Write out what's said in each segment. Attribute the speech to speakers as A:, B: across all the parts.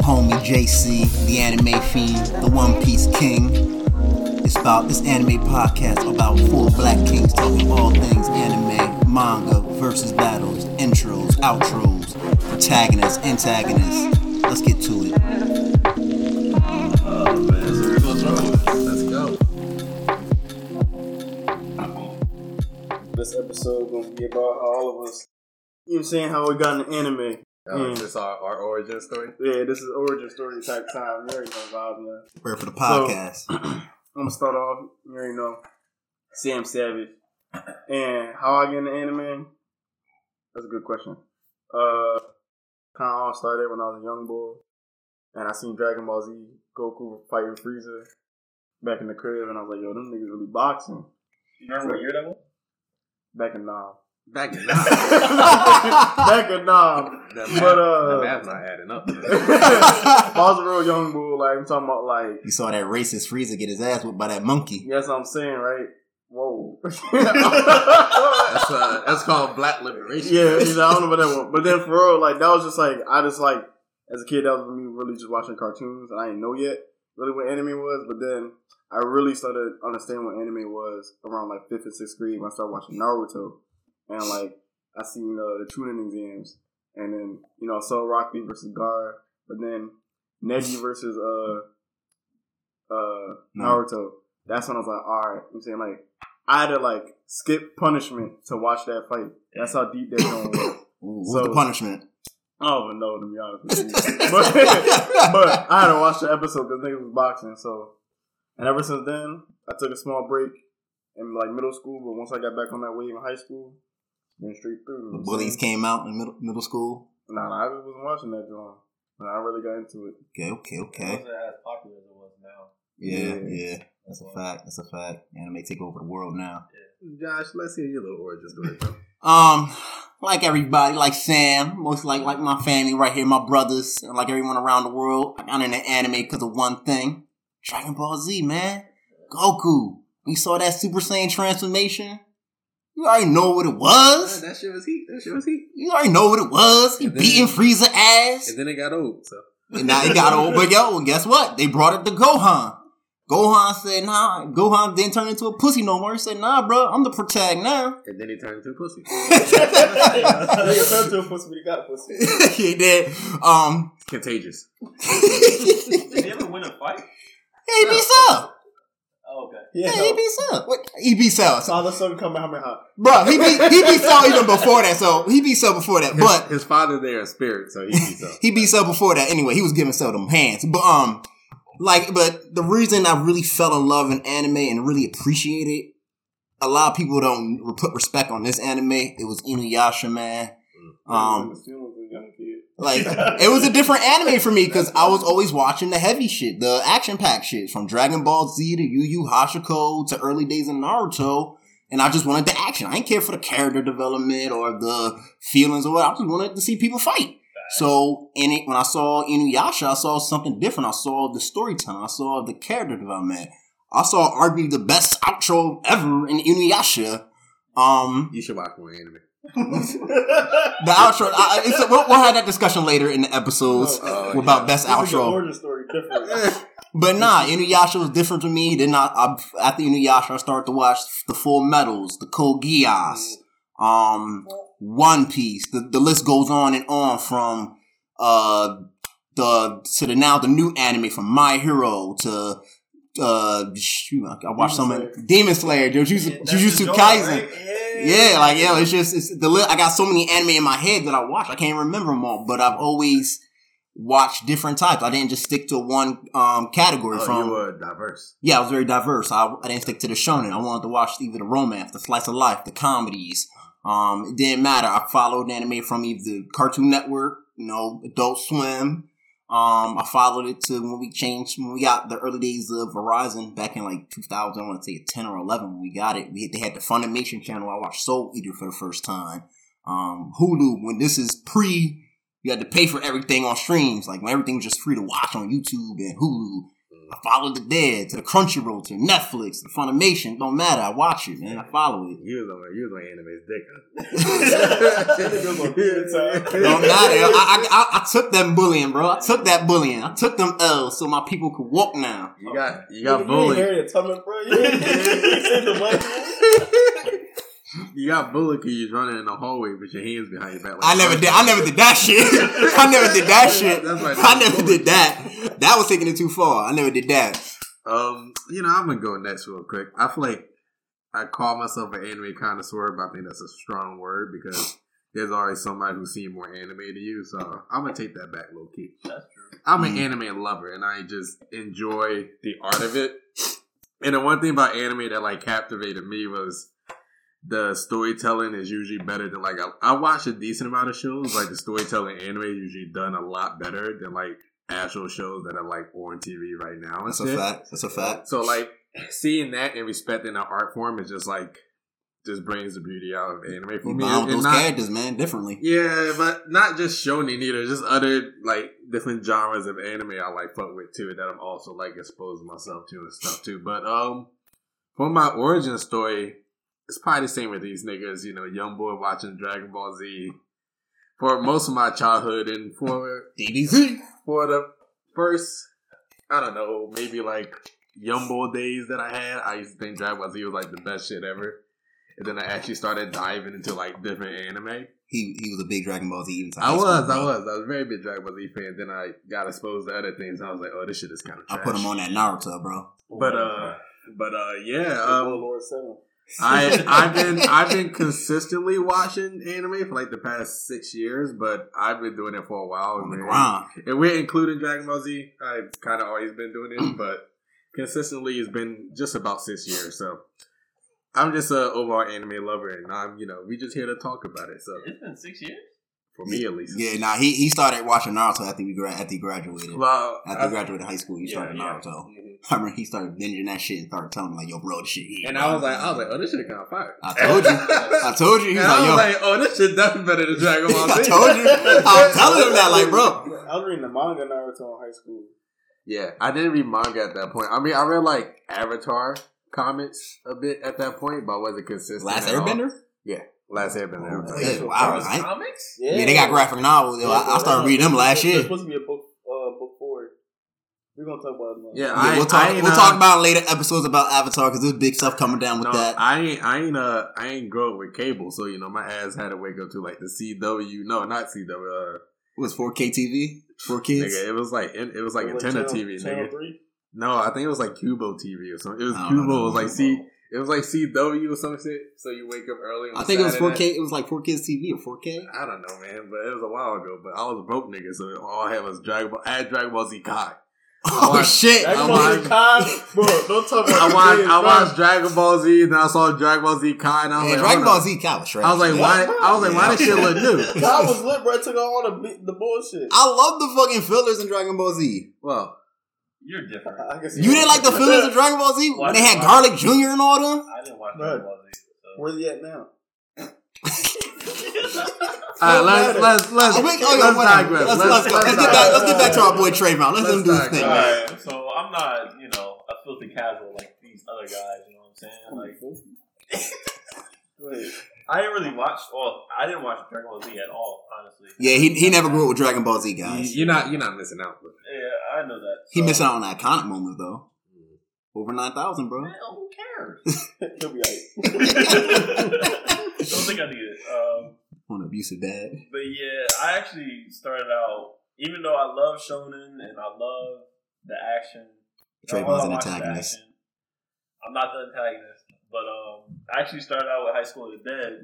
A: homie JC, the anime fiend, the One Piece King. It's about this anime podcast about four black kings talking all things anime, manga, versus battles, intros, outros, protagonists, antagonists. Let's get to it.
B: Oh man, what's wrong with us? Let's go.
C: this episode gonna be about all of us. You know what I'm saying? How we got into anime.
B: Oh,
A: Hmm.
B: is
C: Mm.
B: this our, our origin story?
C: Yeah, this is origin story type time. You already know the vibes, man.
A: Bird for the podcast.
C: I'm gonna start off, you already know, Sam Savage. And how I get into anime? That's a good question. Uh, kind of all started when I was a young boy. And I seen Dragon Ball Z, Goku fighting Frieza back in the crib. And I was like, yo, them niggas really boxing.
D: You remember what year that was?
C: Back in Nom.
B: Back in
C: back in Nom. But,
B: the
C: uh.
B: math's not adding up.
C: I was a real young bull, like I'm talking about, like
A: You saw that racist Frieza get his ass whipped by that monkey.
C: that's what I'm saying, right? Whoa.
B: That's uh, that's called black liberation.
C: yeah, you know, I don't know about that one, but then for real, like that was just like I just like as a kid that was me really just watching cartoons, and I didn't know yet really what anime was, but then I really started understanding what anime was around like fifth and sixth grade when I started watching Naruto, and like I seen uh, the tuning exams, and then you know I saw Rock Lee versus Gar, but then Neji versus uh uh Naruto. That's when I was like, all right, I'm saying like I had to like skip punishment to watch that fight. That's how deep that going was.
A: Ooh, what's
C: So-
A: the punishment?
C: I don't even know to be honest with you, but, but I had to watch the episode because niggas was boxing. So, and ever since then, I took a small break in like middle school, but once I got back on that wave in high school, been straight through.
A: The bullies came out in middle, middle school.
C: Nah, nah, I just wasn't watching that joint. Nah, I really got into it.
A: Okay, okay, okay.
D: It wasn't as popular as it was now.
A: Yeah,
C: Yeah.
A: yeah. That's a fact. That's a fact. Anime take over the world now.
B: Josh, let's hear your little origin story. Bro.
A: Um, like everybody, like Sam, most like like my family right here, my brothers, and like everyone around the world. I got into anime because of one thing: Dragon Ball Z, man. Goku. We saw that Super Saiyan transformation. You already know what it was.
B: that shit was heat. That shit was heat.
A: You already know what it was. He
B: And then-
A: beating Frieza ass.
B: And then it got old. So
A: And now it got old, but yo, guess what? They brought up the Gohan. Gohan said, nah, Gohan didn't turn into a pussy no more. He said, nah, bro, I'm the protag now.
B: and then he turned into a pussy.
C: Nigga turned to a pussy, but he got pussy.
A: he did. Um,
B: Contagious.
A: he
D: Did he ever win a fight?
A: beats up.
D: Oh, okay.
C: Yeah,
A: Yeah, he beats up. What? He beats up. So,
C: saw the sun coming out my hot.
A: bro, he beat, he beats up even before that. So he beats up before that.
B: His,
A: But
B: his father there is spirit, so he beats up.
A: he beats up before that anyway. He was giving Cell them hands, but um, like, but the reason I really fell in love in anime and really appreciate it, a lot of people don't re- put respect on this anime. It was Inuyasha, man.
C: Mm.
A: Um,
C: As a young kid.
A: like it was a different anime for me because I was always watching the heavy shit, the action packed shit, from Dragon Ball Z to Yu Yu Hashiko to early days in Naruto, and I just wanted the action. I didn't care for the character development or the feelings or what. I just wanted to see people fight. So in it, when I saw Inuyasha, I saw something different. I saw the storytelling. I saw the character development. I saw arguably the best outro ever in Inuyasha. Um,
B: You should watch more anime.
A: the outro. I, I- it's we'll, we'll have that discussion later in the episodes
B: Oh, yeah.
A: about best
C: This is your
A: outro.
C: origin story different.
A: But nah, Inuyasha was different to me. Then I, I after Inuyasha, I started to watch the Full Metals, the Code Geass, um, One Piece. The, the list goes on and on from uh the to the now the new anime from My Hero to uh shoot, I watched some
C: Demon
A: of Demon Slayer, Jujutsu,
D: That's the
A: Jujutsu
D: joint,
A: Kaisen.
D: right?
A: Yeah, like yo, it's just it's the li- I got so many anime in my head that I watch. I can't remember them all, but I've always watched different types. I didn't just stick to one um category
B: Oh,
A: from.
B: you were diverse.
A: yeah, I was very diverse. I, I didn't stick to the shonen. I wanted to watch either the romance, the slice of life, the comedies. Um, it didn't matter. I followed anime from either Cartoon Network, you know, Adult Swim. Um, I followed it to when we changed when we got the early days of Verizon back in like 2000. I want to say 10 or 11 when we got it. We they had the Funimation channel. I watched Soul Eater for the first time. Um, Hulu when this is pre, you had to pay for everything on streams. Like when everything was just free to watch on YouTube and Hulu. I follow the dead to the Crunchyroll to Netflix to Funimation. Don't matter. I watch it, man. I follow it.
B: You was on you was on anime's dick.
A: Don't matter. I, I, I, I took that bullying, bro. I took that bullying. I took them L's so my people could walk now.
B: You got you got bullied.
C: Harriet Tubman, bro. You
D: said the black
B: You got bullied because you're running in the hallway with your hands behind your back. like-
A: I never did. I never did that shit. I never did that shit.
B: That's right.
A: I never did that. That was taking it too far. I never did that.
B: Um, you know, I'm gonna go next real quick. I feel like I call myself an anime connoisseur, but I think that's a strong word because there's always somebody who's seen more anime than you. So I'm gonna take that back, low key.
D: That's true.
B: I'm an
A: Mm.
B: anime lover, and I just enjoy the art of it. And the one thing about anime that like captivated me was the storytelling is usually better than like I, I watch a decent amount of shows. Like the storytelling in anime is usually done a lot better than like actual shows that are like on TV right now. and
A: That's a
B: shit.
A: fact. That's a fact.
B: So like seeing that and respecting the art form is just like just brings the beauty out of anime for
A: You
B: me.
A: bound
B: And
A: those
B: not-
A: characters, man, differently.
B: yeah, but not just shonen either. Just other like different genres of anime I like fuck with too that I'm also like exposing myself to and stuff too. But um, for my origin story, it's probably the same with these niggas. You know, young boy watching Dragon Ball Z for most of my childhood and for
A: DBZ.
B: for the first, I don't know, maybe like Yumbo days that I had, I used to think Dragon Ball Z was like the best shit ever. And then I actually started diving into like different anime.
A: He he was a big Dragon Ball Z. Even to
B: I
A: high school,
B: was, I
A: bro.
B: was, I was a very big Dragon Ball Z fan. Then I got exposed to other things. I was like, oh, this shit is kind of.
A: I put him on that Naruto, bro.
B: But uh, but uh, yeah. Um,
C: Lord Seven.
B: I I've been I've been consistently watching anime for like the past six years, but I've been doing it for a while.
A: On the
B: man.
A: ground.
B: And we're including Dragon Ball Z. I've kind of always been doing it, but consistently it's been just about six years. So I'm just a overall anime lover, and I'm you know we just here to talk about it. So
D: It's been six years.
B: for me at least,
A: Yeah, nah, he, he started watching Naruto after we gra- after he graduated.
B: Well,
A: after
B: I-
A: he graduated high school, he
B: yeah,
A: started
B: yeah.
A: Naruto.
B: Mhm.
A: I remember he started binging that shit and started telling me like, "Yo, bro, this shit." here,
B: And
A: bro."
B: I was like, I was like, oh, this shit kind of fire.
A: I told you, I told you. He was
B: and I was
A: like, "Yo,
B: like, oh, this shit definitely better than Dragon Ball
A: I
B: Z.
A: told you." I was telling him that, like, bro,
C: I was reading the manga Naruto in high school.
B: Yeah, I didn't read manga at that point. I mean, I read like Avatar comics a bit at that point, but I wasn't consistent.
A: Last
B: at all.
A: Airbender.
B: Last Airbender.
A: Oh,
B: Avatar.
A: yeah. Wow,
D: Those
A: right?
D: comics?
A: Yeah, they got graphic novels. Yo, I, I started reading them last
C: It's
A: year.
C: supposed to be a book, uh, book four. We're gonna talk about it. tomorrow.
B: Yeah,
A: Yeah,
B: I,
A: we'll talk.
B: I ain't,
A: we'll
B: uh,
A: talk about later episodes about Avatar because there's big stuff coming down with
B: no,
A: that.
B: I ain't, I ain't, uh, I ain't grow up with cable, so you know my ass had to wake up to like the CW. No, not CW. Uh,
A: it was 4K TV for kids.
B: nigga, it was like it, it was like
C: Like
B: antenna
C: channel-
B: TV.
C: channel
B: Nigga.
C: three?
B: No, I think it was like Cubo TV or something. It was
A: I don't
B: Cubo.
A: know.
B: It was like C. It was like CW or some shit. So you wake up early. On
A: I think it was
B: Saturday.
A: 4K. It was like 4 kids TV or 4K.
B: I don't know, man, but it was a while ago. But I was a broke nigga, so all I had was Dragon Ball. I had Dragon Ball Z Kai.
A: Oh
B: watched-
A: shit!
C: Dragon
B: I
C: Ball
B: watched-
C: Z Kai, bro. Don't talk about
B: I
C: the
B: watched,
C: kids,
B: I
C: bro.
B: watched Dragon Ball Z, then I saw Dragon Ball Z Kai, and I was
A: Yeah,
B: like,
A: Dragon
B: hold
A: Ball
B: up.
A: Z Kai was trash.
B: I was like, why? I was like, why this shit look new?
C: Kai was lit, bro. It took out all the bi- the bullshit.
A: I love the fucking fillers in Dragon Ball Z.
B: Well,
D: You're different.
C: I guess
A: You didn't like the fillers in Dragon Ball Z when they had Garlic Junior and all them.
D: I didn't watch
C: Right.
D: Dragon Ball Z. So.
C: Where's he at now?
B: all right, let's
C: Don't matter.
B: let's let's
A: Oh, wait, oh, yeah,
B: let's
A: whatever.
B: digress.
A: Let's, let's, let's get back. Let's get back to our boy Trayvon. Let him
B: Let's
A: do his
B: digress.
A: thing. man.
D: Alright, so I'm not, you know, a filthy casual like these other guys. You know what I'm saying? Like,
C: Wait.
D: I didn't really watch. Well, I didn't watch Dragon Ball Z at all, honestly.
A: Yeah, he he never grew up with Dragon Ball Z
B: You-
A: guys.
B: You're not you're not missing out. Bro.
D: Yeah, I know that.
A: He
D: so-
A: missing out on iconic moments though. Over nine thousand, bro.
D: Man, who cares?
C: He'll be alright.
D: Don't think I did. Um,
A: On abusive dad.
D: but yeah, I actually started out. Even though I love shonen and I love the action, I
A: Trayvon's
D: wanna
A: an
D: watch the
A: antagonist.
D: action. I'm not the antagonist, but um, I actually started out with High School of the Dead.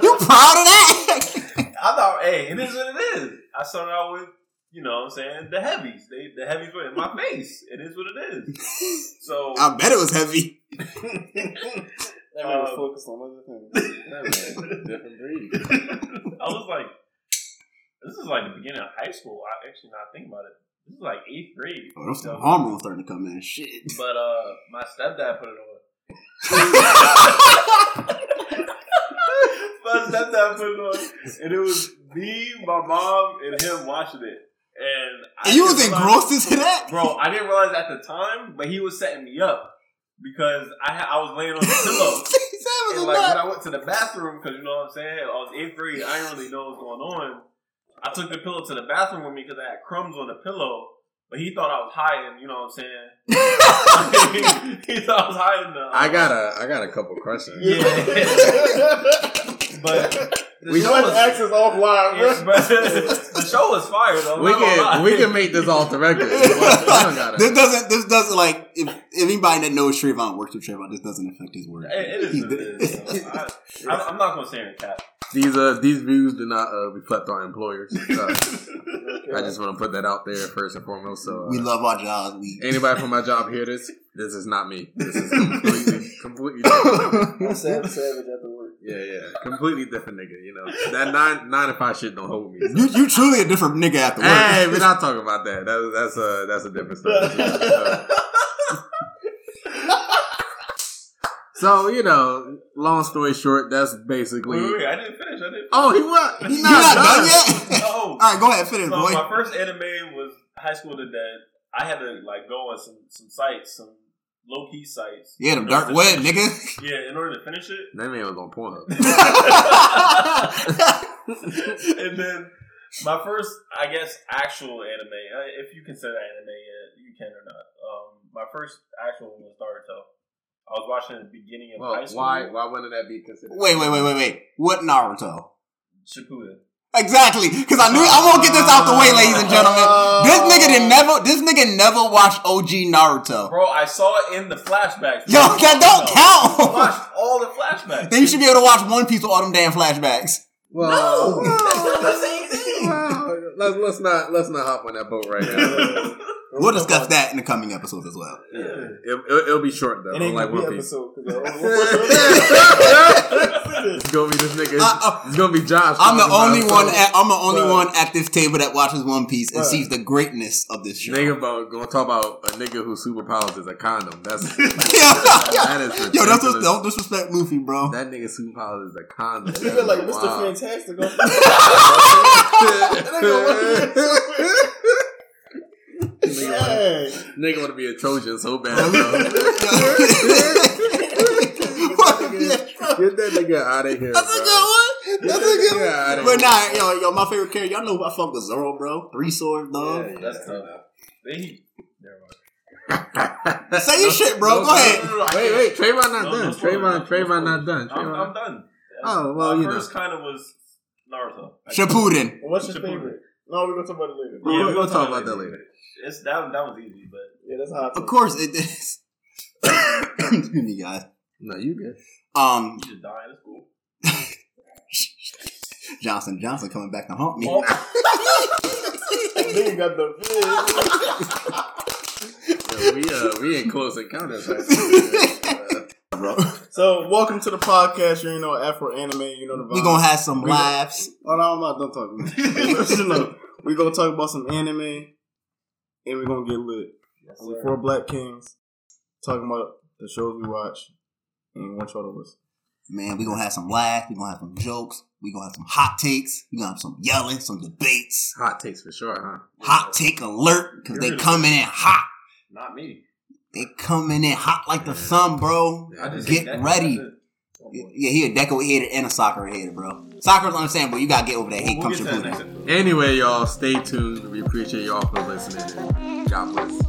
A: you proud of that?
D: I thought, hey, it is what it is. I started out with, you know what I'm saying, the heavies. They the heavies were in my face. It is what it is. So
A: I bet it was heavy.
C: That man was
D: Um,
C: focused on other things. That man, different breed.
D: I was like, this is like the beginning of high school. I actually not thinking about it. This is like eighth grade.
A: Oh, that's
D: So-
A: some hormones starting to come in. Shit.
D: But uh my stepdad put it on. my stepdad put it on. And it was me, my mom, and him watching it. And I
A: And you
D: didn't
A: was
D: realize-
A: engrossed into that?
D: bro. I didn't realize at the time, but he was setting me up because I ha- I was laying on the pillow.
A: that was
D: And
A: a
D: like when
A: nut.
D: I went to the bathroom, because you know what I'm saying, I was eighth grade. I didn't really know what was going on. I took the pillow to the bathroom with me because I had crumbs on the pillow, but he thought I was high, and you know what I'm saying. he thought I was high in the.
B: I got a I got a couple questions.
D: yeah, but the
B: We
D: show
B: got
D: was,
C: access offline,
D: yeah,
C: bro.
D: but the show was fire though. I'm
B: We
D: not gonna lie.
B: can we can make this off the record. We don't gotta-
A: this doesn't. This doesn't like if anybody that knows Trayvon works with Trayvon. This doesn't affect his word.
D: It, it is what it is. though. I, I, I'm not gonna say it, Cap.
B: These uh these views do not uh, reflect our employers. So I just want to put that out there first and foremost. So uh,
A: we love our jobs. We
B: anybody from my job hear this, this is not me. This is completely completely different.
C: Savage savage at the work.
B: yeah yeah completely different nigga. You know that nine nine to five shit don't hold me.
A: you you truly a different nigga after work.
B: Hey, we're not talking about that. That- that's a that's a different story. Uh, so you know, long story short, that's basically.
D: Wait,
A: Mm-hmm.
D: wait, wait, I didn't finish. I didn't.
B: Oh, he what? He's
A: you
B: not,
A: not
B: done.
A: done yet?
D: Oh,
A: All right, go ahead, finish,
D: So
A: boy.
D: my first anime was High School of the Dead. I had to like go on some some sites, some low key sites.
A: Yeah, them
D: in order
A: dark
D: to
A: web,
D: finish-
A: nigga.
D: Yeah, in order to finish it,
B: That man was on Pornhub.
D: and then my first, I guess, actual anime, uh, if you consider anime, uh, you can or not. Um, my first actual one was Naruto. I was watching the beginning of high
B: Well,
D: school.
B: why why wouldn't that be considered?
A: wait, wait, wait, wait, wait. What Naruto?
D: Shippuden.
A: Exactly, because I knew I won't get this out the way, ladies and gentlemen. This nigga did never. This nigga never watched OG Naruto.
D: Bro, I saw it in the flashbacks.
A: Yo, that don't
D: I
A: count.
D: watched all the flashbacks.
A: then you should be able to watch One Piece with all them damn flashbacks.
B: Well,
D: No! That's not the same thing!
B: Wow. Let's, let's not let's not hop on that boat right now.
A: We'll discuss that in the coming episodes as well.
D: Yeah.
B: It'll, it'll, it'll be short though,
C: It ain't
B: like
C: gonna
B: One
C: be
B: Piece.
C: episode. 'cause, uh,
B: it's gonna be this nigga.
A: Uh, uh,
B: it's gonna be Josh.
A: I'm the
B: talking about
A: only one.
B: some
A: At, I'm the only
C: Bruh.
A: one at this table that watches One Piece and
C: Bruh.
A: sees the greatness of this show.
B: Nigga about gonna talk about a nigga whose superpowers is a condom. That's
A: Yo,
B: that is
A: that's what,
B: ridiculous.
A: don't disrespect Luffy, bro.
B: That nigga's superpowers is a condom.
C: You feel like Mr.
B: Wow.
C: Fantastic. on-
B: nigga,
C: Dang.
B: want to be a Trojan so bad. bro.
A: That's
B: Get that nigga out of here.
A: a
B: bro.
A: good one. That's a good one.
B: Yeah, I didn't-
A: But nah, yo, yo, my favorite character. Y'all know who I fuck with Zoro, bro. Three swords, dog.
D: Yeah, Oh, that's tough. Then he- never mind.
A: Say your shit, bro.
B: No,
A: Go
B: no,
A: ahead.
D: no, no, no,
B: Wait,
D: I can't.
B: wait, Trayvon not
D: No,
B: done.
D: no spoilers, no
B: Trayvon,
D: spoilers.
B: Trayvon not done.
D: I'm,
B: Trayvon.
D: I'm done.
B: Oh, well,
D: My
B: you know.
D: first kind of was Naruto.
A: Shippuden.
C: What's your
D: Shippuden.
C: favorite? No, we're gonna talk about it later.
B: Yeah. we're
D: we
B: gonna talk about that
D: It's that, that was easy, but
C: Yeah, that's how I
A: Of
C: feel.
A: course it is. Excuse me, guys.
B: No, you good.
A: Um,
D: you just dying. It's cool.
A: Johnson Johnson coming back to haunt me.
B: Oh,
C: Nigga got the fizz.
B: Yeah, we uh, we in close encounters. Right now. Uh,
A: bro.
C: So, welcome to the podcast. You know, Afro Anime. You know the vibe.
A: We gonna have some
C: We gonna-
A: laughs.
C: Oh no, I'm not done talking. no, we're gonna talk about some anime, and we're gonna get lit. We're four black kings talking about the shows we watch, and we want y'all to listen.
A: Man, we gonna have some laughs. We gonna have some jokes. We gonna have some hot takes. We gonna have some yelling, some debates.
B: hot takes for sure, huh?
A: Hot take alert because they coming in hot.
D: Not me.
A: They coming in hot like the sun, bro.
D: I just
A: Get
D: hate that.
A: ready.
D: That's it. Oh, boy.
A: Yeah, he a deco hater and a soccer hater, bro. Soccer's understandable. You gotta get over that hate.
D: We'll
A: Come
D: get to
A: to
D: that next
A: Trayvon
D: episode.
B: Anyway, y'all, stay tuned. We appreciate y'all for listening. And God bless.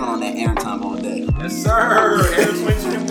A: on that Aaron time all day.
D: Yes, sir. Aaron Twin Jr.